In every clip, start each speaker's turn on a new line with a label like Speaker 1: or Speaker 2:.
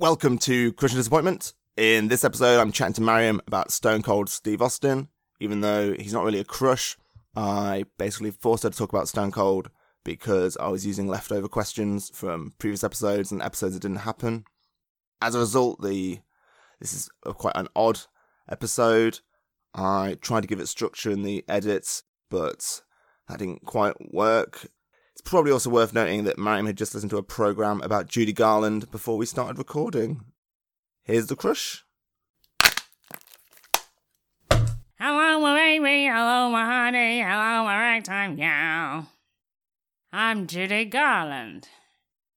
Speaker 1: Welcome to Crushing Disappointment. In this episode, I'm chatting to Mariam about Stone Cold Steve Austin. Even though he's not really a crush, I basically forced her to talk about Stone Cold because I was using leftover questions from previous episodes and episodes that didn't happen. As a result, the this is a, quite an odd episode. I tried to give it structure in the edits, but that didn't quite work. It's probably also worth noting that Mariam had just listened to a program about Judy Garland before we started recording. Here's the crush.
Speaker 2: Hello, my baby. Hello, my honey. Hello, my ragtime gal. I'm Judy Garland.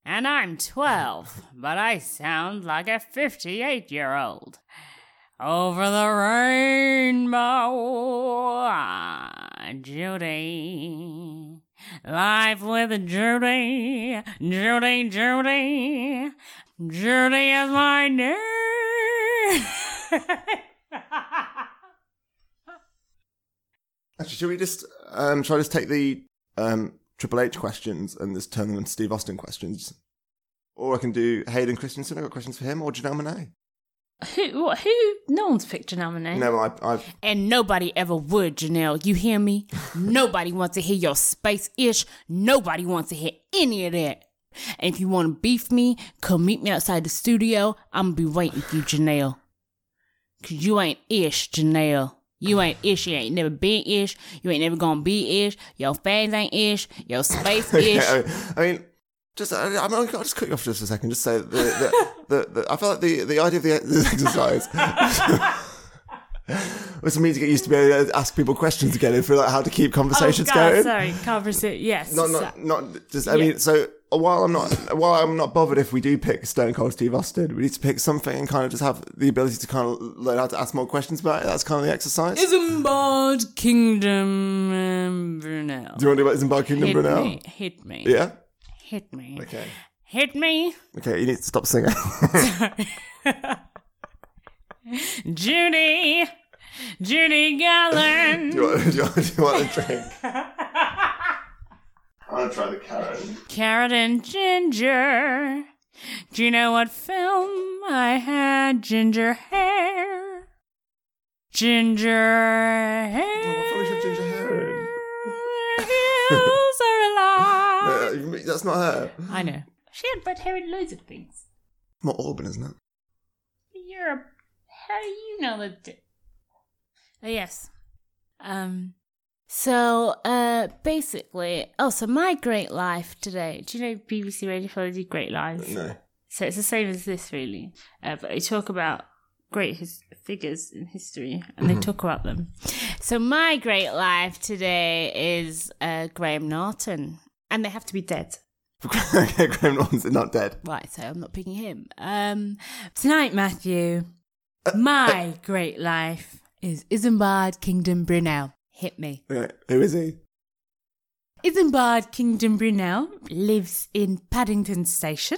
Speaker 2: And I'm 12, but I sound like a 58 year old. Over the rainbow, ah, Judy. Life with Judy. Judy, Judy. Judy is my name.
Speaker 1: Actually, should we just um, should I just take the um, Triple H questions and just turn them into Steve Austin questions? Or I can do Hayden Christensen. I've got questions for him or Janelle Monae.
Speaker 3: Who? What, who? No one's picked a nominee.
Speaker 1: No, I, I've
Speaker 2: And nobody ever would, Janelle. You hear me? nobody wants to hear your space ish. Nobody wants to hear any of that. And if you want to beef me, come meet me outside the studio. I'm be waiting for you, Janelle. Cause you ain't ish, Janelle. You ain't ish. You ain't never been ish. You ain't never gonna be ish. Your fans ain't ish. Your space ish.
Speaker 1: Yeah, I mean, just I, I'm, I'll just cut you off just for a second. Just say the, the, the, the I feel like the, the idea of the, the exercise was for me to get used to being able to ask people questions again and feel like how to keep conversations
Speaker 3: oh, God,
Speaker 1: going.
Speaker 3: Sorry, conversation. Yes.
Speaker 1: Not not not just. I mean, so uh, while I'm not while I'm not bothered if we do pick Stone Cold Steve Austin, we need to pick something and kind of just have the ability to kind of learn how to ask more questions about it. That's kind of the exercise.
Speaker 2: Isambard Kingdom um, Brunel.
Speaker 1: do you want to do about Zimbabwe Kingdom
Speaker 2: Hit
Speaker 1: Brunel?
Speaker 2: me. Hit me.
Speaker 1: Yeah.
Speaker 2: Hit me.
Speaker 1: Okay.
Speaker 2: Hit me.
Speaker 1: Okay. You need to stop singing.
Speaker 2: Judy. Judy
Speaker 1: do,
Speaker 2: Garland.
Speaker 1: you want, do, you want, do you want a drink? I'm gonna try the carrot.
Speaker 2: Carrot and Ginger. Do you know what film I had ginger hair? Ginger hair.
Speaker 1: Oh, I should ginger hair.
Speaker 2: The hills are alive.
Speaker 1: Uh, you mean- that's not her.
Speaker 2: I know.
Speaker 3: She had red hair in loads of things.
Speaker 1: Not Auburn, isn't it?
Speaker 3: You're a. How do you know that? di- Uh,
Speaker 2: Oh, yes. Um. So, uh, basically, oh, so my great life today.
Speaker 3: Do you know BBC Radio Four do Great Lives?
Speaker 1: No.
Speaker 3: So it's the same as this, really. Uh, but they talk about great his- figures in history, and they talk about them.
Speaker 2: So my great life today is uh, Graham Norton, and they have to be dead.
Speaker 1: okay, Graham Norton's not dead.
Speaker 2: Right, so I'm not picking him. Um, tonight, Matthew, my great life is Isambard Kingdom Brunel. Hit me.
Speaker 1: Okay, who is he?
Speaker 2: Isambard Kingdom Brunel lives in Paddington Station.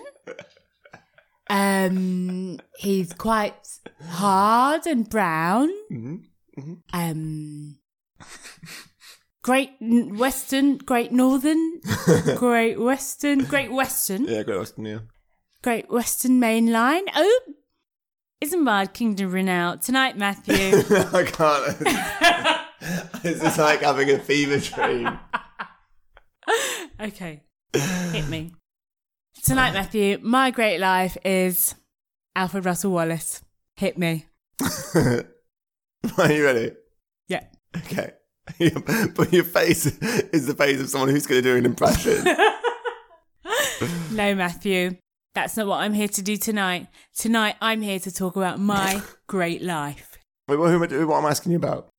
Speaker 2: Um, he's quite hard and brown. Um, Great N- Western, Great Northern, Great Western, Great Western,
Speaker 1: Yeah, Graham Norton, yeah.
Speaker 2: Great Western Main Line. Oh, Isambard Kingdom Brunel tonight, Matthew.
Speaker 1: I can't. it's just like having a fever dream.
Speaker 2: okay, hit me tonight, Matthew. My great life is Alfred Russel Wallace. Hit me.
Speaker 1: Are you ready?
Speaker 2: Yeah.
Speaker 1: Okay. but your face is the face of someone who's going to do an impression.
Speaker 2: No, Matthew. That's not what I'm here to do tonight. Tonight, I'm here to talk about my great life.
Speaker 1: Wait, what, who am I, do- what am I asking you about?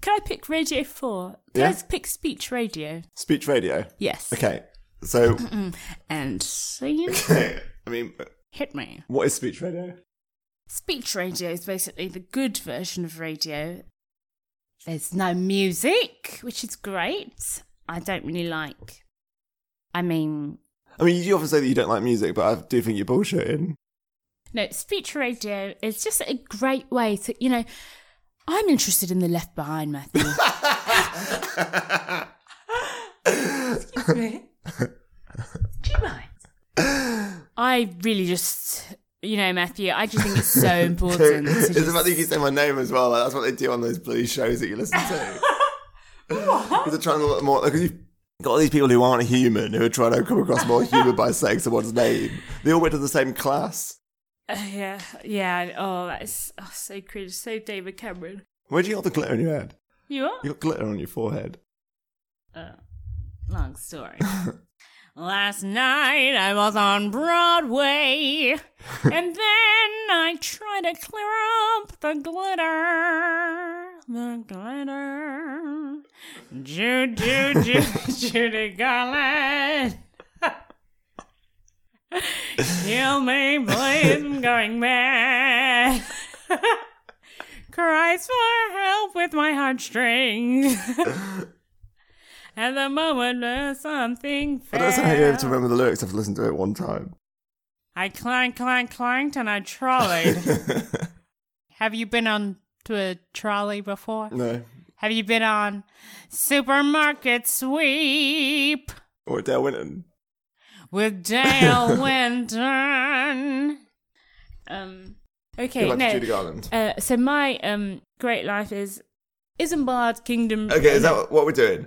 Speaker 3: Can I pick Radio Four? Can I
Speaker 1: Yeah.
Speaker 3: pick Speech Radio?
Speaker 1: Speech radio.
Speaker 3: Yes.
Speaker 1: Okay. So,
Speaker 3: And singing.
Speaker 1: okay. I mean,
Speaker 3: Hit me.
Speaker 1: what is speech radio?
Speaker 3: Speech radio is basically the good version of radio.
Speaker 2: There's no music.
Speaker 3: which is great. I don't really like. I mean,
Speaker 1: I mean, you often say that you don't like music, but I do think you're bullshitting.
Speaker 3: no, speech radio is just a
Speaker 2: Great way to, you know, I'm interested in the left behind, Matthew.
Speaker 3: Do you mind?
Speaker 2: I really just
Speaker 4: You know, Matthew, I just think it's so important. to
Speaker 1: it's
Speaker 4: just-
Speaker 1: the fact that you say my name as well. Like, that's what they do on those bloody shows that you listen to. Because they're trying to look more. Because you've got all these people who aren't human who are trying to come across more human by saying someone's name. They all went to the same class.
Speaker 2: Uh, yeah, yeah. Oh, that's oh, so cringe. So David Cameron.
Speaker 1: Where do you got the glitter on your head?
Speaker 2: You are?
Speaker 1: You got glitter on your forehead.
Speaker 2: Uh, long story. Last night I was on Broadway, and then I tried to clear up the glitter. The glitter. Jude, Jude, Jude, Judy Garland. Kill me, please, I'm going mad. Cries for help with my heartstrings. At the moment, there's something
Speaker 1: I
Speaker 2: fair.
Speaker 1: don't know how you have to remember the lyrics. I've listened to it one time.
Speaker 2: I clanked, clanked, clanked, and I trolleyed. Have you been on to a trolley before?
Speaker 1: no.
Speaker 2: Have you been on supermarket sweep
Speaker 1: Or Dale Winton.
Speaker 2: with Dale Winton? Um. Okay,
Speaker 1: You're like
Speaker 2: no.
Speaker 1: Judy Garland.
Speaker 2: Uh, so my um great life is Isambard Kingdom.
Speaker 1: Okay, is that what we're doing?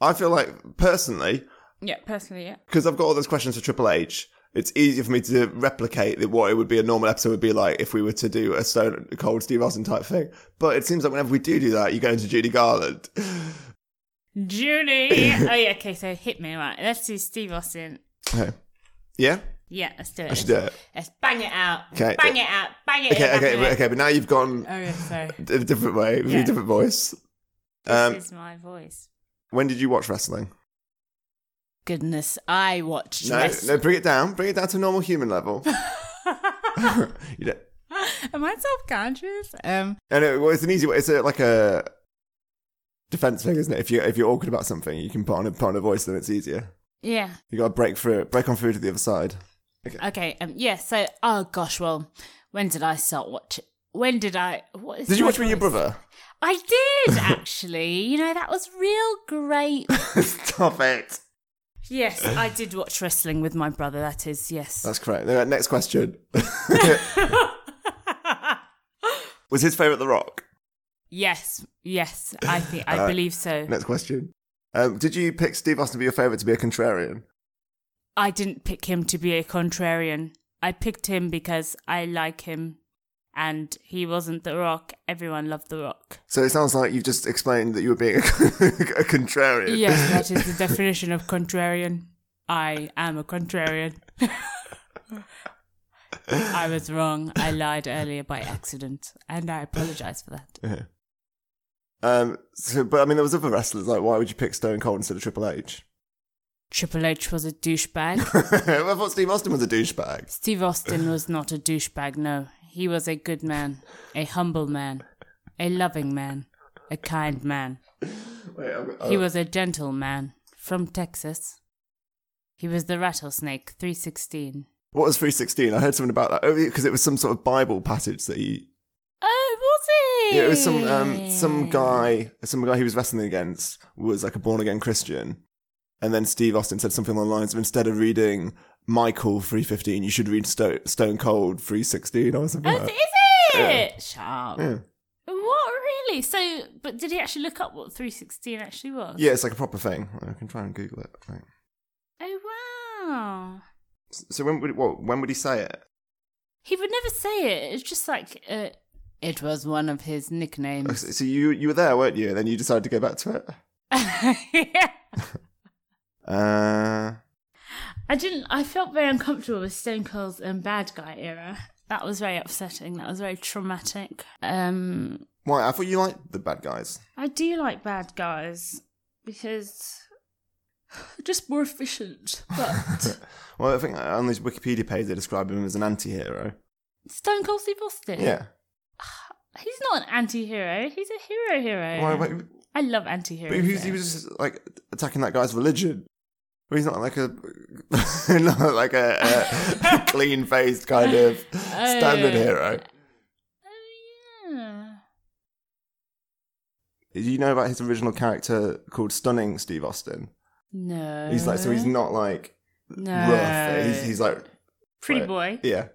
Speaker 1: I feel like, personally,
Speaker 2: Yeah, personally, yeah.
Speaker 1: because I've got all those questions for Triple H, it's easier for me to replicate that what it would be a normal episode would be like if we were to do a Stone Cold Steve Austin type thing. But it seems like whenever we do do that, you go into Judy Garland.
Speaker 2: Judy. oh yeah. Okay, so hit me right. Let's do Steve Austin.
Speaker 1: Okay. Yeah,
Speaker 2: Yeah, let's do it.
Speaker 1: I should do it.
Speaker 2: Let's bang it out.
Speaker 1: Okay.
Speaker 2: Bang it out. Bang it
Speaker 1: Okay,
Speaker 2: out.
Speaker 1: okay, but, okay. But now you've gone
Speaker 2: Oh, yeah, sorry.
Speaker 1: a different way, with
Speaker 2: Yeah.
Speaker 1: a different voice.
Speaker 2: this
Speaker 1: Um,
Speaker 2: is my voice.
Speaker 1: when did you watch wrestling?
Speaker 4: Goodness, I watched
Speaker 1: No,
Speaker 4: wrestling.
Speaker 1: no. Bring it down. Bring it down to normal human level. you know,
Speaker 2: Am I self conscious? Um,
Speaker 1: and it, well, it's an easy way. It's a, like a defense thing, isn't it? If you if you're awkward about something, you can put on a put on a voice, then it's easier.
Speaker 2: yeah.
Speaker 1: You gotta break through, break on through to the other side.
Speaker 4: Okay, um, yeah, so, oh gosh, well, when did I start watching? When did I? What is
Speaker 1: Did you
Speaker 4: my
Speaker 1: watch with your
Speaker 4: voice?
Speaker 1: brother?
Speaker 4: I did actually. you know that was real great.
Speaker 1: Stop it.
Speaker 4: yes, I did watch wrestling with my brother. That is yes.
Speaker 1: That's correct. All right, Next question. Was his favorite The Rock?
Speaker 4: Yes, yes, I think I believe so.
Speaker 1: Next question. Um, did you pick Steve Austin to be your favorite to be a contrarian?
Speaker 4: I didn't pick him to be a contrarian. I picked him because I like him, and he wasn't the Rock. Everyone loved the Rock.
Speaker 1: So it sounds like you've just explained that you were being a, a contrarian.
Speaker 4: Yes, that is the definition of contrarian. I am a contrarian. I was wrong. I lied earlier by accident, and I apologize for that.
Speaker 1: Um, so, but I mean, there was other wrestlers. Like, why would you pick Stone Cold instead of Triple H?
Speaker 4: Triple H was a douchebag.
Speaker 1: I thought Steve Austin was a douchebag.
Speaker 4: Steve Austin was not a douchebag, no. He was a good man, a humble man, a loving man, a kind man.
Speaker 1: Wait, uh, I'm,
Speaker 4: He was a gentle man from Texas. He was the rattlesnake 316.
Speaker 1: what was 316? I heard something about that. Oh, because it was some sort of Bible passage that he
Speaker 4: Oh, was he?
Speaker 1: Yeah, it was some um, some guy, some guy he was wrestling against was like a born again Christian, and then Steve Austin said something along the lines of instead of reading Michael three fifteen, you should read Sto- Stone Cold three sixteen or something.
Speaker 4: Oh,
Speaker 1: like
Speaker 4: is
Speaker 1: that.
Speaker 4: it? Sharp.
Speaker 1: Yeah.
Speaker 4: What, really? So, but did he actually look up what 316 actually was?
Speaker 1: Yeah, it's like a proper thing. I can try and Google it. Right.
Speaker 4: Oh, wow.
Speaker 1: S- So when would what, when would he say it?
Speaker 4: He would never say it. It's just like, uh, it was one of his
Speaker 1: Oh,
Speaker 4: nicknames.
Speaker 1: So so you you were there, weren't you? And then you decided to go back to it.
Speaker 4: yeah.
Speaker 1: Uh,
Speaker 2: I didn't. I felt very uncomfortable with Stone Cold's um, bad guy era. That was very upsetting. That was very traumatic. Um,
Speaker 1: why? I thought you liked the bad guys.
Speaker 2: I do like bad guys because they're just more efficient. But
Speaker 1: Well, I think on this Wikipedia page they describe him as an anti-hero.
Speaker 2: Stone Cold Steve Austin.
Speaker 1: Yeah.
Speaker 2: He's not an anti-hero. He's a hero hero.
Speaker 1: Why- why-
Speaker 2: I love anti-heroes.
Speaker 1: But he was, he
Speaker 2: though.
Speaker 1: was just like attacking that guy's religion. Well, he's not like a not like a, a clean faced kind of standard
Speaker 2: Oh.
Speaker 1: hero.
Speaker 2: Oh, yeah.
Speaker 1: Did you know about his original character called Stunning Steve Austin?
Speaker 4: No.
Speaker 1: He's
Speaker 2: Uh.
Speaker 1: like so he's not like
Speaker 4: no.
Speaker 1: rough. He's, he's like
Speaker 2: Pretty
Speaker 1: like-
Speaker 2: boy.
Speaker 1: yeah.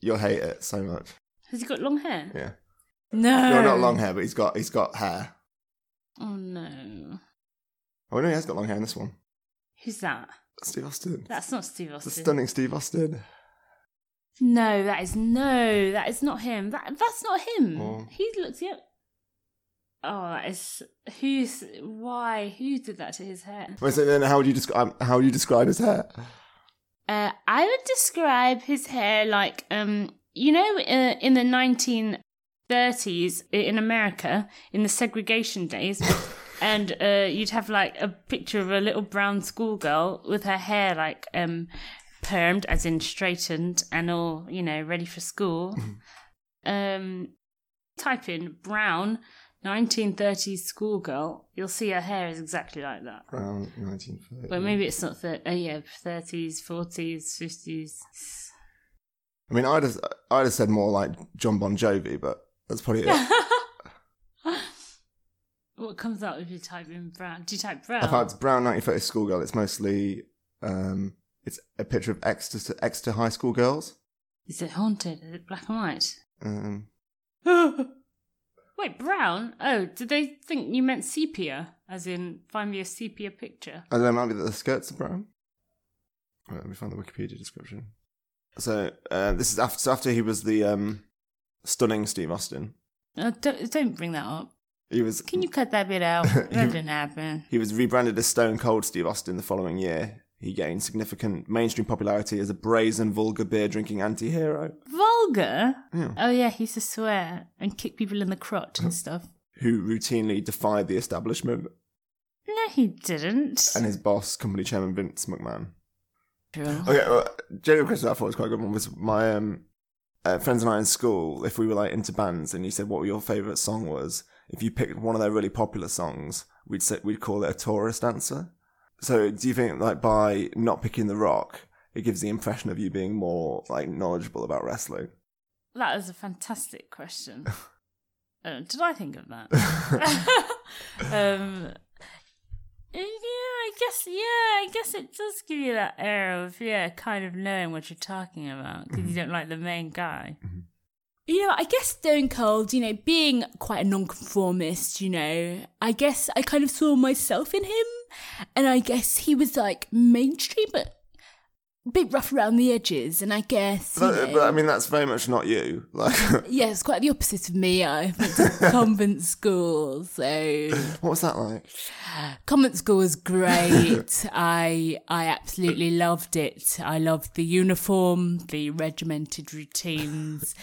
Speaker 1: You'll hate it so much.
Speaker 2: Has he got long hair?
Speaker 1: Yeah.
Speaker 4: No.
Speaker 1: No, not long hair, but he's got he's got hair.
Speaker 2: Oh no.
Speaker 1: Oh no, he has got long hair in this one.
Speaker 2: Who's that?
Speaker 1: Steve Austin.
Speaker 2: That's not Steve
Speaker 1: It's a
Speaker 2: Austin.
Speaker 1: stunning Steve Austin.
Speaker 2: No, that is no, that is not him. That that's not him.
Speaker 1: Oh.
Speaker 2: He looks yep. Oh, that is who's why who did that to his hair?
Speaker 1: Wait, so then how would you describe how would you describe his hair?
Speaker 2: Uh, I would describe his hair like um, you know, uh, in the nineteen thirties in America, in the segregation days, and uh, you'd have like a picture of a little brown schoolgirl with her hair like um, permed, as in straightened, and all you know, ready for school. um, type in brown. 1930s schoolgirl, you'll see her hair is exactly like that.
Speaker 1: Around 1930.
Speaker 2: Well, maybe it's not thir- oh yeah, thirties, forties, fifties.
Speaker 1: I mean, I'd have I'd have said more like John Bon Jovi, but that's probably it.
Speaker 2: What comes up if you type in brown? Do you type brown?
Speaker 1: If it's brown 1930 schoolgirl, it's mostly um, it's a picture of Exeter Exeter high school girls.
Speaker 2: Is it haunted? Is it black and white?
Speaker 1: Um,
Speaker 2: Wait, brown? Oh, did they think you meant sepia? As in, find me a sepia picture.
Speaker 1: I don't know, it might be that the skirts are brown. Right, let me find the Wikipedia description. So uh, this is after so after he was the um, stunning Steve Austin.
Speaker 2: Oh, don't, don't bring that up.
Speaker 1: He was
Speaker 2: Can you cut that bit out? that didn't happen.
Speaker 1: He was rebranded as Stone Cold Steve Austin the following year. He gained significant mainstream popularity as a brazen, vulgar beer drinking anti hero
Speaker 2: Vulgar?
Speaker 1: Yeah.
Speaker 2: Oh, yeah, he used to swear and kick people in the crotch and stuff.
Speaker 1: who routinely defied the establishment
Speaker 2: No, he didn't.
Speaker 1: and his boss, company chairman Vince McMahon.
Speaker 4: True.
Speaker 1: Okay, well, general question I thought was quite a good one was my um, uh, friends and I in school, if we were like into bands and you said what your favourite song was, if you picked one of their really popular songs, we'd say, we'd call it a tourist answer. So do you think like by not picking the rock, it gives the impression of you being more like knowledgeable about wrestling?
Speaker 2: That is a fantastic question. uh, did I think of that? um, yeah, I guess. Yeah, I guess it does give you that air of yeah, kind of knowing what you're talking about because you don't like the main guy.
Speaker 4: You know, I guess Stone Cold, you know, being quite a nonconformist, you know, I guess I kind of saw myself in him. And I guess he was like mainstream, but a bit rough around the edges. And I guess. you
Speaker 1: But, uh, but I
Speaker 4: know-
Speaker 1: mean, that's very much not you. Like,
Speaker 4: yeah, it's quite the opposite of me. I went to convent school, so
Speaker 1: what was that like?
Speaker 4: convent school was great. I I absolutely loved it. I loved the uniform, the regimented routines,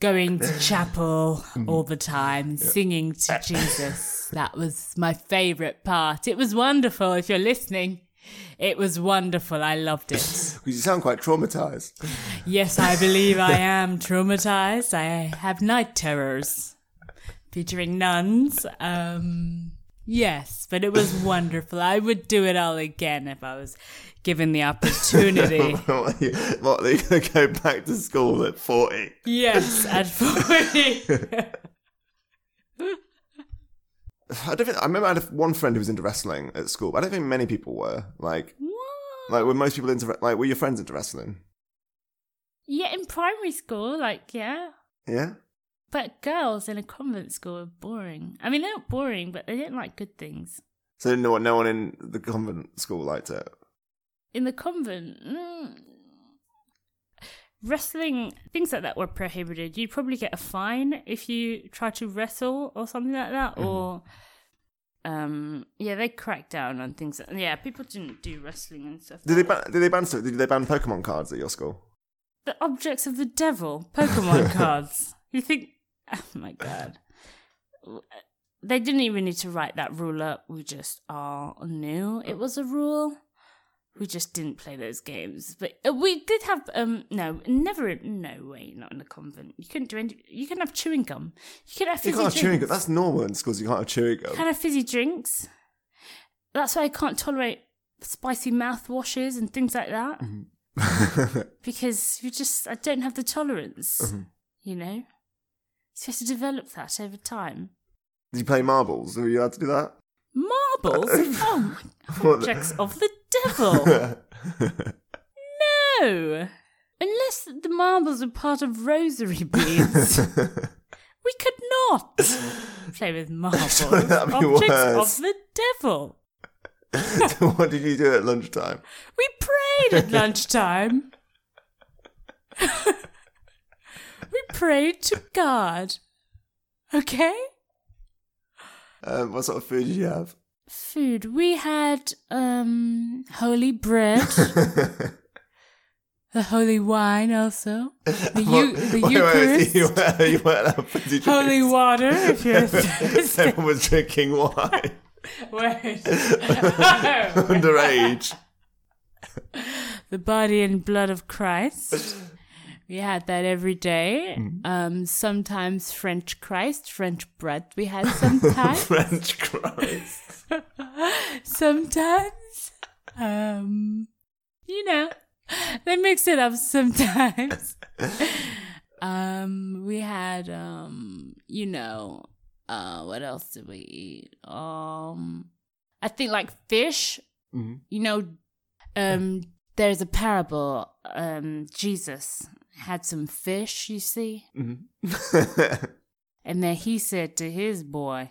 Speaker 4: going to chapel all the time, singing to Jesus. That was my favourite part. It was wonderful. If you're listening, it was wonderful. I loved it.
Speaker 1: Because you sound quite traumatized.
Speaker 4: Yes, I believe I am traumatized. I have night terrors featuring nuns. Um, yes, but it was wonderful. I would do it all again if I was given the opportunity.
Speaker 1: what, are you going to go back to school at 40?
Speaker 4: yes, at 40.
Speaker 1: I don't think, I remember I had one friend who was into wrestling at school, but I don't think many people were. Like, like were most people into, re- like, were your friends into wrestling?
Speaker 2: Yeah, in primary school, like yeah,
Speaker 1: Yeah?
Speaker 2: but girls in a convent school are boring. I mean, they're not boring, but they don't like good things.
Speaker 1: So no, one- no one in the convent school liked it.
Speaker 2: in the convent. Mm, wrestling things like that were prohibited. You'd probably get a fine if you tried to wrestle or something like that, or um, yeah, they cracked down on things. That, yeah, people didn't do wrestling and stuff.
Speaker 1: Did they ban, did they ban, stuff- did they ban Pokemon cards at your school?
Speaker 2: the objects of the devil, Pokemon cards. You think? Oh my god. They didn't even need to write that rule up. We just all knew it was a rule. We just didn't play those games. But uh, we did have um no, never no way, not in the convent. You couldn't do any you couldn't have chewing gum. You could have
Speaker 1: You
Speaker 2: fizzy
Speaker 1: can't have
Speaker 2: drinks.
Speaker 1: chewing gum. That's normal in schools. You can't have chewing gum.
Speaker 2: Can't have fizzy drinks. That's why I can't tolerate spicy mouthwashes and things like that because you just I don't have the tolerance, you know. So you have to develop that over time.
Speaker 1: did you play marbles? Were you allowed to do that?
Speaker 2: Marbles, oh my
Speaker 1: What the-
Speaker 2: objects of the devil. No, Unless the marbles are part of rosary beads, we could not play with marbles.
Speaker 1: Sorry, that'd be
Speaker 2: objects
Speaker 1: worse.
Speaker 2: of the devil.
Speaker 1: what did you do at lunchtime?
Speaker 2: We prayed at lunchtime. we prayed to God. Okay?
Speaker 1: Um, what sort of food did you have?
Speaker 2: Food. We had um holy bread. the holy wine also. The, eu- the
Speaker 1: Wait, wait,
Speaker 2: Eucharist.
Speaker 1: you were, you were at fizzy drinks.
Speaker 2: holy water if you're thirsty.
Speaker 1: Everyone was drinking wine.
Speaker 2: Wait.
Speaker 1: Underage.
Speaker 2: the body and blood of Christ. We had that every day. Um, sometimes French Christ, French bread. We had sometimes.
Speaker 1: French cries.
Speaker 2: sometimes, um, you know, they mix it up sometimes. um, we had, um, you know, uh, what else did we eat? Um, I think like fish. You know, um, there's a parable. Um, Jesus had some fish. You see. And then he said to his boy,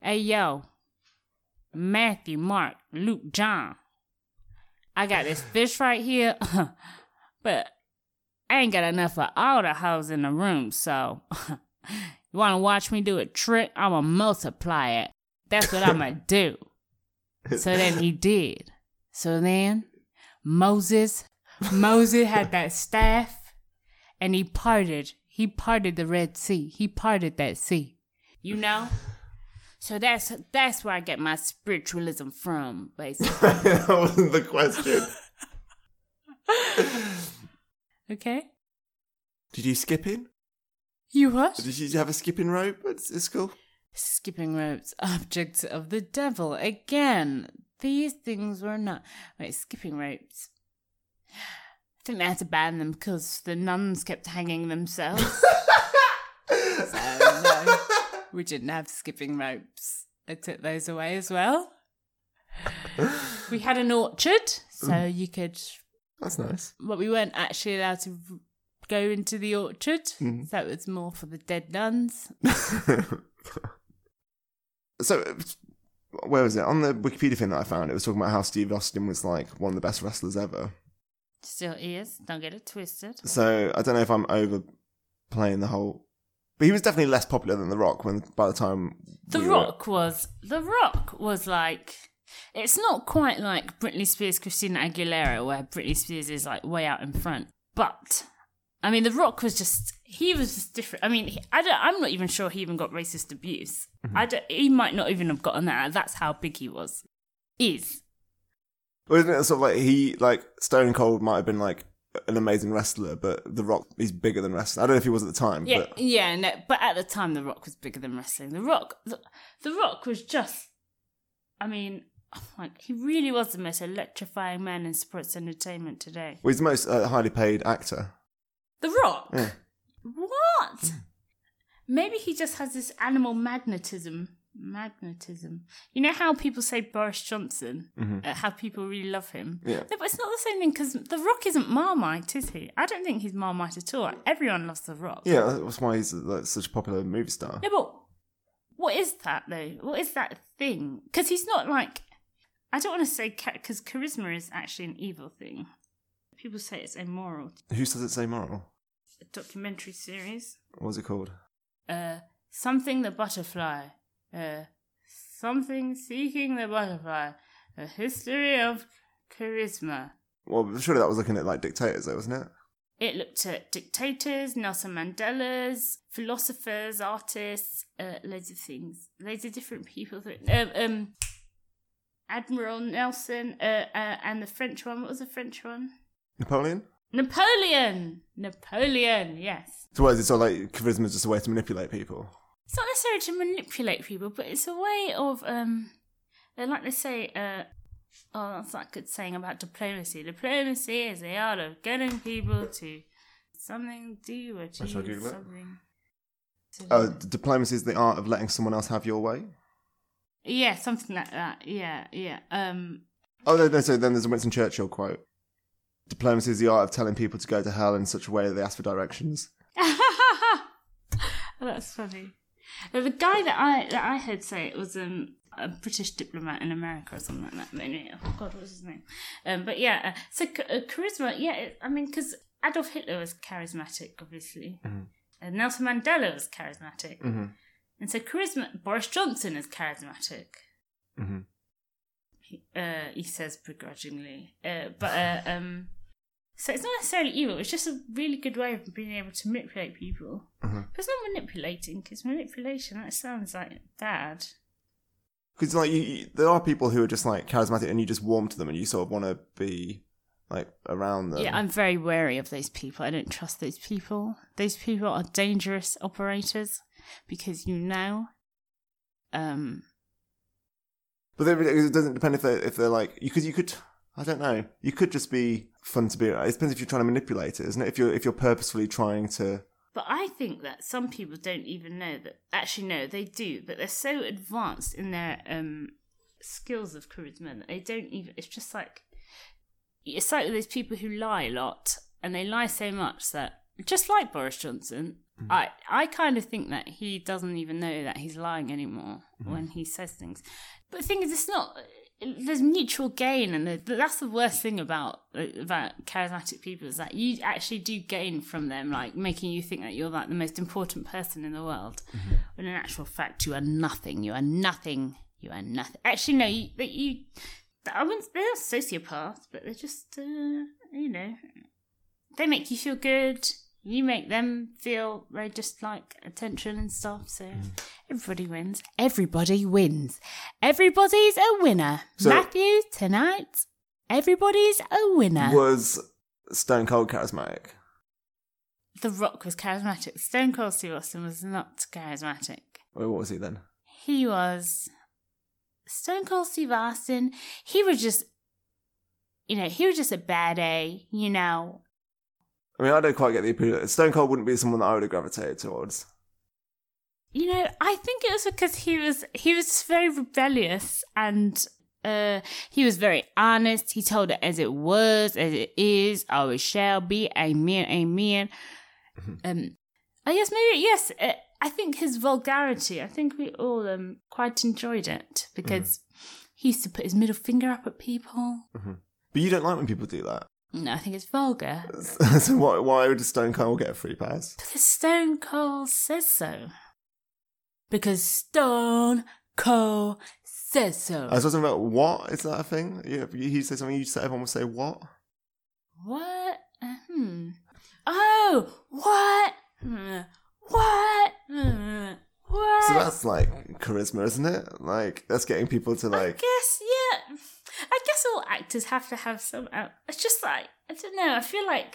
Speaker 2: Hey, yo, Matthew, Mark, Luke, John, I got this fish right here, but I ain't got enough for all the hoes in the room, so you want to watch me do a trick? I'm going to multiply it. That's what I'm going to do. So then he did. So then Moses, Moses had that staff and he parted. He parted the Red Sea. He parted that sea. You know? So that's that's where I get my spiritualism from, basically.
Speaker 1: that wasn't the question.
Speaker 2: okay?
Speaker 1: Did you skip in?
Speaker 2: You what?
Speaker 1: Did you have a skipping rope at s- at school?
Speaker 2: Skipping ropes, objects of the devil. Again, these things were not. Wait, skipping ropes. I think they had to ban them because the nuns kept hanging themselves. so, no, we didn't have skipping ropes. They took those away as well. We had an orchard, so you could.
Speaker 1: That's nice.
Speaker 2: But we weren't actually allowed to go into the orchard. So it was more for the dead nuns.
Speaker 1: So, uh, where was it? On the Wikipedia thing that I found, it was talking about how Steve Austin was like one of the best wrestlers ever.
Speaker 2: Still is. Don't get it twisted.
Speaker 1: So I don't know if I'm overplaying the whole. But he was definitely less popular than The Rock when by the time
Speaker 2: The
Speaker 1: we were-
Speaker 2: Rock was The Rock was like it's not quite like Britney Spears, Christina Aguilera, where Britney Spears is like way out in front. But I mean, The Rock was just he was just different. I mean, he, I don't, I'm not even sure he even got racist abuse.
Speaker 1: Mm-hmm.
Speaker 2: I don't, he might not even have gotten that. That's how big he was. Is
Speaker 1: Wasn't it sort of like he like Stone Cold might have been like an amazing wrestler, but The Rock is bigger than wrestling. I don't know if he was at the time,
Speaker 2: yeah,
Speaker 1: but
Speaker 2: yeah. No, but at the time, The Rock was bigger than wrestling. The Rock, the, the Rock was just. I mean, like he really was the most electrifying man in sports entertainment today.
Speaker 1: well, he's the most uh, highly paid actor.
Speaker 2: The Rock.
Speaker 1: Yeah.
Speaker 2: What? Maybe he just has this animal magnetism. Magnetism. You know how people say Boris Johnson, uh, how people really love him.
Speaker 1: Mm-hmm. Yeah.
Speaker 2: No, but it's not the same thing because The Rock isn't Marmite, is he? I don't think he's Marmite at all. Everyone loves The Rock.
Speaker 1: Yeah, that's why he's like, such a popular movie star.
Speaker 2: No, but what is that though? What is that thing? Because he's not like I don't want to say because charisma is actually an evil thing. People say it's immoral.
Speaker 1: Who says it's amoral?
Speaker 2: A documentary series.
Speaker 1: What was it called?
Speaker 2: uh, something the butterfly, uh, something seeking the butterfly, a history of charisma.
Speaker 1: Well, surely that was looking at like dictators, though, wasn't it?
Speaker 2: It looked at dictators, Nelson Mandela's, philosophers, artists, uh, loads of things, loads of different people. That, um, um, Admiral Nelson uh, uh, and the French one. What was the French one?
Speaker 1: Napoleon.
Speaker 2: Napoleon. Napoleon. Yes.
Speaker 1: So what is it sort of like charisma is just a way to manipulate people?
Speaker 2: it's not necessarily to manipulate people, but it's a way of um, they like to say, uh, oh, that's that good saying about diplomacy. Diplomacy is the art of getting people to something, do achieve
Speaker 1: Google it?
Speaker 2: something. To
Speaker 1: Uh,
Speaker 2: do.
Speaker 1: diplomacy is the art of letting someone else have your way.
Speaker 2: yeah, something like that. Yeah, yeah. Um,
Speaker 1: Oh no, no, so then there's a Winston Churchill quote. Diplomacy is the art of telling people to go to hell in such a way that they ask for directions.
Speaker 2: That's funny. Uh, The guy that I that I heard say it was um, a British diplomat in America or something like that. But anyway, oh God, what was his name? Um, but yeah, uh, so ch- uh, charisma. Yeah, it, I mean, because Adolf Hitler was charismatic, obviously. And Nelson Mandela was charismatic,
Speaker 1: Mhm.
Speaker 2: and so charisma. Boris Johnson is charismatic.
Speaker 1: Mhm.
Speaker 2: He, uh, he says begrudgingly, uh, but uh, um, so it's not necessarily evil. It's just a really good way of being able to manipulate people. But it's not manipulating, because manipulation, that sounds like bad.
Speaker 1: Because like you, you, there are people who are just like charismatic, and you just warm to them, and you sort of want to be like around them.
Speaker 4: Yeah,
Speaker 2: I'm very wary of those people. I don't trust those people. Those people are dangerous operators because you know. Um,
Speaker 1: But then it doesn't depend if they're, if they're like because you could I don't know you could just be fun to be. around. It depends if you're trying to manipulate it, isn't it? If you're if you're purposefully trying to
Speaker 2: but I think that some people don't even know that. Actually, no, they do, but they're so advanced in their um, skills of charisma that they don't even. It's just like. It's like those people who lie a lot, and they lie so much that, just like Boris Johnson, I, I kind of think that he doesn't even know that he's lying anymore when he says things. But the thing is, it's not. There's mutual gain, and the- that's the worst thing about uh, about charismatic people is that you actually do gain from them, like making you think that you're like the most important person in the world, when in actual fact you are nothing. You are nothing. You are nothing. Actually, no, you, that you. I wouldn't. They're not sociopaths, but they're just uh, you know they make you feel good. You make them feel they just like attention and stuff. So everybody wins.
Speaker 4: Everybody wins. Everybody's a winner.
Speaker 1: So-
Speaker 4: Matthew, tonight, everybody's a winner.
Speaker 1: was stone cold charismatic.
Speaker 2: The Rock was charismatic. Stone Cold Steve Austin was not charismatic.
Speaker 1: Well, what was he then?
Speaker 2: He was Stone Cold Steve Austin. He was just, you know, he was just a bad A. You know,
Speaker 1: I mean, I don't quite get the appeal. Stone Cold wouldn't be someone that I would have gravitated towards.
Speaker 2: you know. I think it was because he was he was very rebellious and
Speaker 4: Uh, he was very honest. He told it as it was, as it is, always shall be. Amen, amen.
Speaker 2: um i guess maybe yes uh, i think his vulgarity i think we all um quite enjoyed it because he used to put his middle finger up at people
Speaker 1: But you don't like when people do that.
Speaker 2: no Mm, i think it's vulgar
Speaker 1: so why why would a Stone Cold get a free pass?
Speaker 2: because stone cold says so
Speaker 4: Because Stone Cold says so.
Speaker 1: I was talking about what is that a thing? Yeah, if you- he say something, you say everyone would say what?
Speaker 2: what Uh, hmm oh what Hmm. what Hmm. what
Speaker 1: So that's like charisma, isn't it? Like that's getting people to
Speaker 2: I
Speaker 1: like.
Speaker 2: guess, yeah. I guess all actors have to have some. Out- it's just like I don't know. I feel like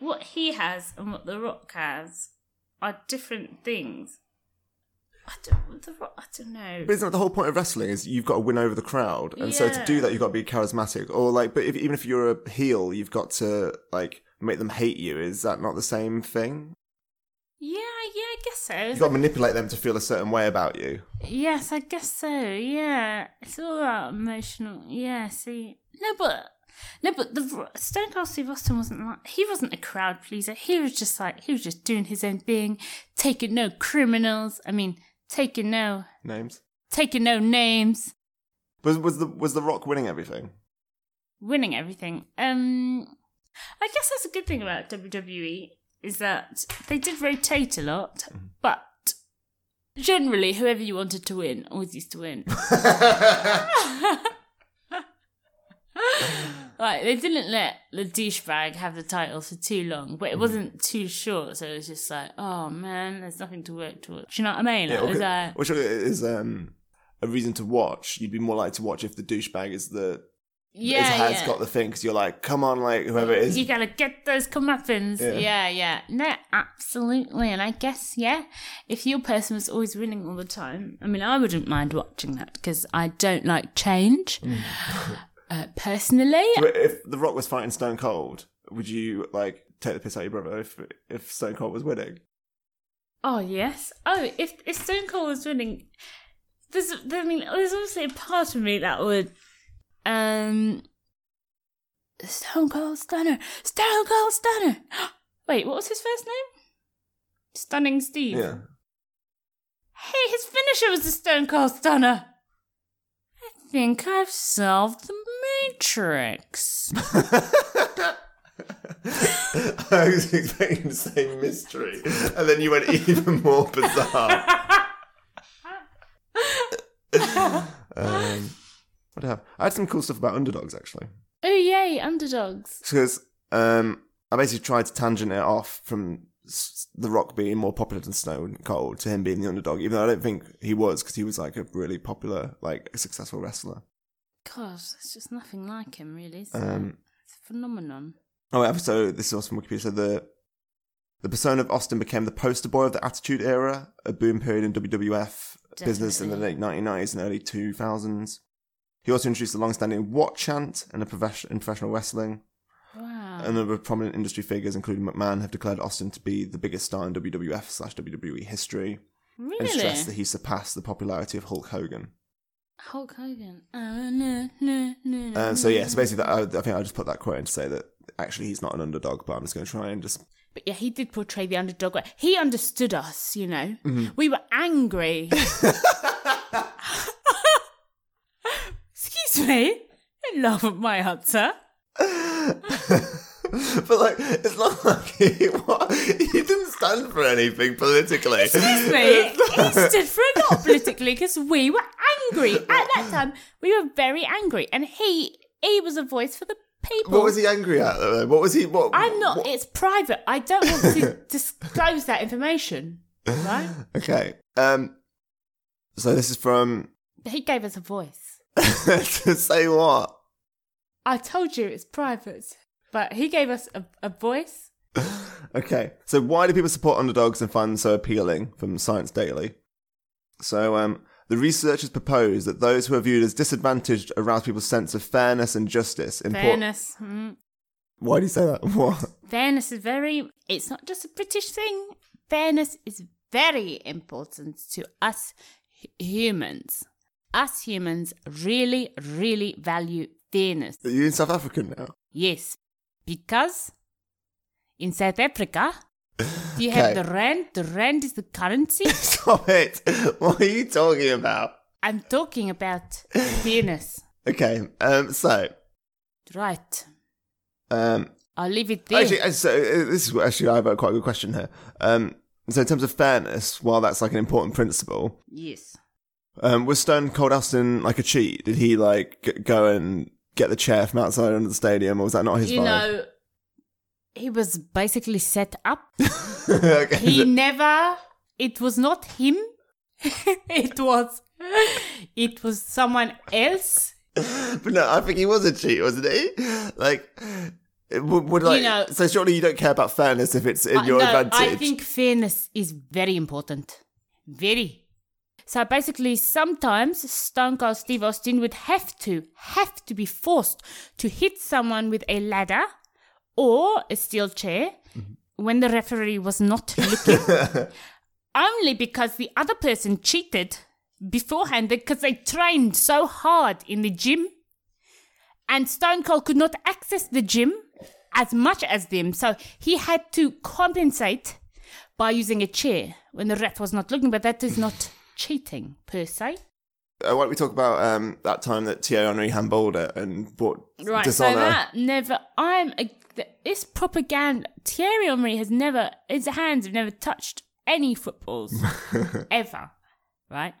Speaker 2: what he has and what The Rock has are different things. I don't. The Rock. I don't know.
Speaker 1: But isn't that the whole point of wrestling? Is you've got to win over the crowd, and so to
Speaker 2: Yeah.
Speaker 1: do that, you've got to be charismatic, or like. But if, even if you're a heel, you've got to like make them hate you. Is that not the same thing?
Speaker 2: Yeah, yeah. I guess so.
Speaker 1: You've
Speaker 2: It's
Speaker 1: got to manipulate them to feel a certain way about you.
Speaker 2: Yes, I guess so. Yeah, it's all about emotional. Yeah, see, no, but no, but the Stone Cold Steve Austin wasn't like he wasn't a crowd pleaser. He was just like he was just doing his own thing, taking no criminals. I mean, taking no
Speaker 1: Names.
Speaker 2: taking no names,
Speaker 1: Was was the was the Rock winning everything?
Speaker 2: winning everything. Um, I guess that's a good thing about WWE is that they did rotate a lot, but generally, whoever you wanted to win always used to win. Like they didn't let the douchebag have the title for too long, but it
Speaker 1: Mm.
Speaker 2: wasn't too short, so it was just like, oh man, there's nothing to work towards. Do you know what I mean?
Speaker 1: Yeah,
Speaker 2: Like, it was
Speaker 1: okay.
Speaker 2: like,
Speaker 1: Which uh, is um, a reason to watch. You'd be more likely to watch if the douchebag is the
Speaker 2: yeah,
Speaker 1: is, has
Speaker 2: yeah.
Speaker 1: got the thing because you're like, come on, like whoever it is.
Speaker 2: you gotta get those comeuppance.
Speaker 1: Yeah.
Speaker 2: Yeah. yeah, No, absolutely. And I guess, yeah, if your person was always winning all the time, I mean, I wouldn't mind watching that because I don't like change
Speaker 1: Mm.
Speaker 2: uh, personally.
Speaker 1: But if The Rock was fighting Stone Cold, would you like take the piss out of your brother if if Stone Cold was winning?
Speaker 2: Oh yes. Oh, if if Stone Cold was winning, there's I mean, there's obviously a part of me that would, um,
Speaker 5: Stone Cold Stunner, Stone Cold Stunner. Wait, what was his first name? Stunning Steve.
Speaker 6: Yeah.
Speaker 5: Hey, his finisher was the Stone Cold Stunner. I think I've solved the Matrix.
Speaker 1: I was expecting to say mystery, and then you went even more bizarre. um, what do I have? I had some cool stuff about underdogs actually,
Speaker 5: oh yay, underdogs.
Speaker 1: because um, I basically tried to tangent it off from s- the Rock being more popular than Stone Cold to him being the underdog, even though I don't think he was, because he was like a really popular, like successful wrestler.
Speaker 5: God, there's just nothing like him, really. is there?
Speaker 1: Um,
Speaker 5: it's a phenomenon.
Speaker 1: Oh, yeah, so this is also from Wikipedia. So the the persona of Austin became the poster boy of the Attitude Era, a boom period in WWF business in the late 1990s and early 2000s. He also introduced the long-standing what chant in, a profes- in professional wrestling.
Speaker 5: Wow.
Speaker 1: A number of prominent industry figures, including McMahon, have declared Austin to be the biggest star in WWF slash WWE history, and
Speaker 5: really?
Speaker 1: stressed that he surpassed the popularity of Hulk Hogan.
Speaker 5: Hulk Hogan.
Speaker 2: Uh,
Speaker 5: Oh, no, no, no, no,
Speaker 2: Mm.
Speaker 1: Uh, so
Speaker 5: no,
Speaker 1: yeah, so
Speaker 5: no.
Speaker 1: basically, that, I, I think I just put that quote in to say that actually he's not an underdog, but I'm just going to try and just
Speaker 2: But yeah, he did portray the underdog. well. He understood us, you know.
Speaker 1: Mm-hmm.
Speaker 2: We were angry. Excuse me. Don't laugh at my answer.
Speaker 1: but like, it's not like he, what, he didn't stand for anything politically.
Speaker 2: Excuse me. He stood for it not politically because we were angry. At that time, we were very angry. And he he was a voice for the people.
Speaker 1: What was he angry at? Though? What was he? What?
Speaker 2: I'm not. It's private. I don't want to disclose that information. Right?
Speaker 1: okay. Um. So this is from
Speaker 2: He gave us a voice.
Speaker 1: to say what?
Speaker 2: I told you it's private, but he gave us a, a voice.
Speaker 1: Okay. So why do people support underdogs and find them so appealing? From Science Daily. So um. The researchers propose that those who are viewed as disadvantaged arouse people's sense of fairness and justice. Import-
Speaker 5: Fairness. Mm.
Speaker 1: Why do you say that? What?
Speaker 5: Fairness is very. It's not just a British thing.
Speaker 2: Fairness is very important to us hu- humans. Us humans really, really value fairness.
Speaker 1: Are you in South African now?
Speaker 2: Yes, because in South Africa, you have
Speaker 1: Okay.
Speaker 2: the rand. The rand is the currency.
Speaker 1: Stop it! What are you talking about?
Speaker 2: I'm talking about fairness.
Speaker 1: Okay, um, so,
Speaker 2: Right.
Speaker 1: um,
Speaker 2: I'll leave it there.
Speaker 1: actually, uh, so uh, this is actually I have a quite a good question here. Um, so in terms of fairness, while that's like an important principle,
Speaker 2: yes.
Speaker 1: um, was Stone Cold Austin like a cheat? Did he like g- go and get the chair from outside under the stadium, or was that not his
Speaker 2: You
Speaker 1: vibe?
Speaker 2: know, he was basically set up.
Speaker 1: okay,
Speaker 2: He
Speaker 1: so-
Speaker 2: never. It was not him. it was. It was someone else.
Speaker 1: but no, I think he was a cheat, wasn't he? Like. it Would, would like
Speaker 2: know-
Speaker 1: so surely you don't care about fairness if it's in
Speaker 2: Uh,
Speaker 1: your
Speaker 2: no,
Speaker 1: advantage.
Speaker 2: I think fairness is very important. Very. So basically, sometimes Stone Cold Steve Austin would have to have to be forced to hit someone with a ladder or a steel chair
Speaker 1: Mm-hmm.
Speaker 2: when the referee was not looking, only because the other person cheated beforehand because they trained so hard in the gym, and Stone Cold could not access the gym as much as them. So he had to compensate by using a chair when the ref was not looking, but that is not cheating per se.
Speaker 1: uh, why don't we talk about um, that time that Thierry Henry handballed it and brought
Speaker 5: Right,
Speaker 1: dishonor?
Speaker 5: so that never. I'm a, th- this propaganda. Thierry Henry has never. His hands have never touched any footballs ever. Right?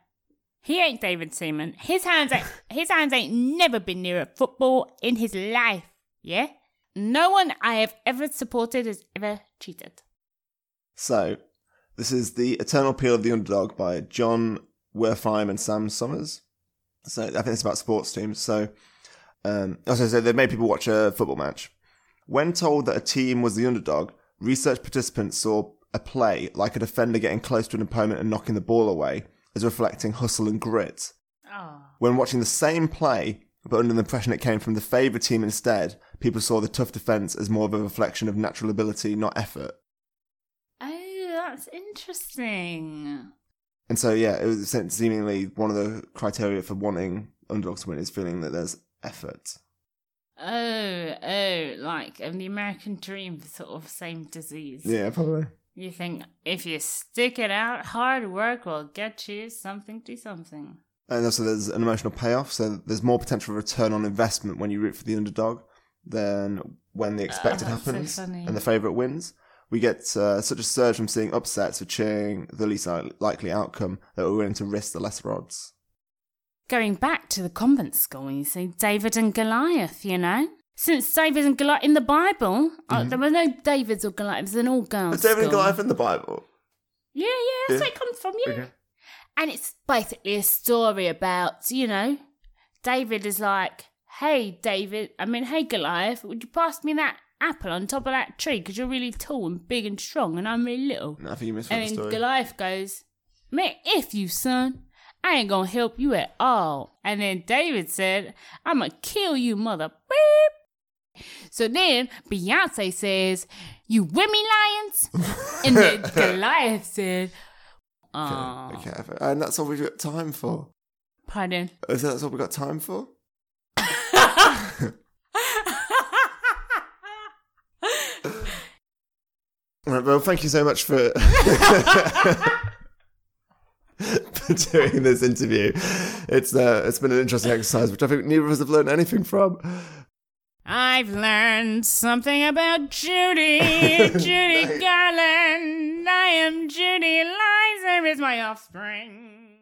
Speaker 5: He ain't David Seaman. His hands ain't. His hands ain't never been near a football in his life.
Speaker 2: Yeah? No one I have ever supported has ever cheated.
Speaker 1: So, this is The Eternal Appeal of the Underdog by John Wertheim and Sam Summers. So, I think it's about sports teams. So, um, also, so they made people watch a football match. When told that a team was the underdog, research participants saw a play like a defender getting close to an opponent and knocking the ball away as reflecting hustle and grit.
Speaker 2: Ah.
Speaker 1: When watching the same play, but under the impression it came from the favourite team instead, people saw the tough defence as more of a reflection of natural ability, not effort.
Speaker 5: Oh, that's interesting.
Speaker 1: And so, yeah, it was sen- seemingly one of the criteria for wanting underdogs to win is feeling that there's effort.
Speaker 2: Oh, oh, like um, the American dream, sort of same disease.
Speaker 1: Yeah, probably.
Speaker 2: You think if you stick it out, hard work will get you something to something.
Speaker 1: And also, there's an emotional payoff, so there's more potential return on investment when you root for the underdog than when the expected
Speaker 2: Oh, that's so
Speaker 1: happens
Speaker 2: funny.
Speaker 1: and the favourite wins. We get uh, such a surge from seeing upsets for cheering the least li- likely outcome that we're willing to risk the lesser odds.
Speaker 2: Going back to the convent school, you see David and Goliath, you know? Since David and Goliath in the Bible, uh, there were no Davids or Goliaths, it was an all girls.
Speaker 1: Mm-hmm. Is David and Goliath in the Bible?
Speaker 2: Yeah, yeah, that's
Speaker 1: Yeah.
Speaker 2: where it comes from, yeah.
Speaker 1: Okay.
Speaker 2: And it's basically a story about, you know, David is like, hey, David, I mean, hey, Goliath, would you pass me that apple on top of that tree? Because you're really tall and big and strong, and I'm really little.
Speaker 1: No, I think you misread
Speaker 2: And
Speaker 1: the story.
Speaker 2: Goliath goes, Man, if you, son, I ain't gonna help you at all. And then David said, I'ma kill you, mother. Beep. So then Beyonce says, You with me, lions? and then Goliath said, Oh,
Speaker 1: Okay, okay, and that's all we've got time for.
Speaker 2: pardon.
Speaker 1: Is that that's all we've got time for? All right, well, thank you so much for for doing this interview. It's uh, it's been an interesting exercise, which I think neither of us have learned anything from.
Speaker 2: I've learned something about Judy, Judy Garland. I am Judy. Liza is my offspring.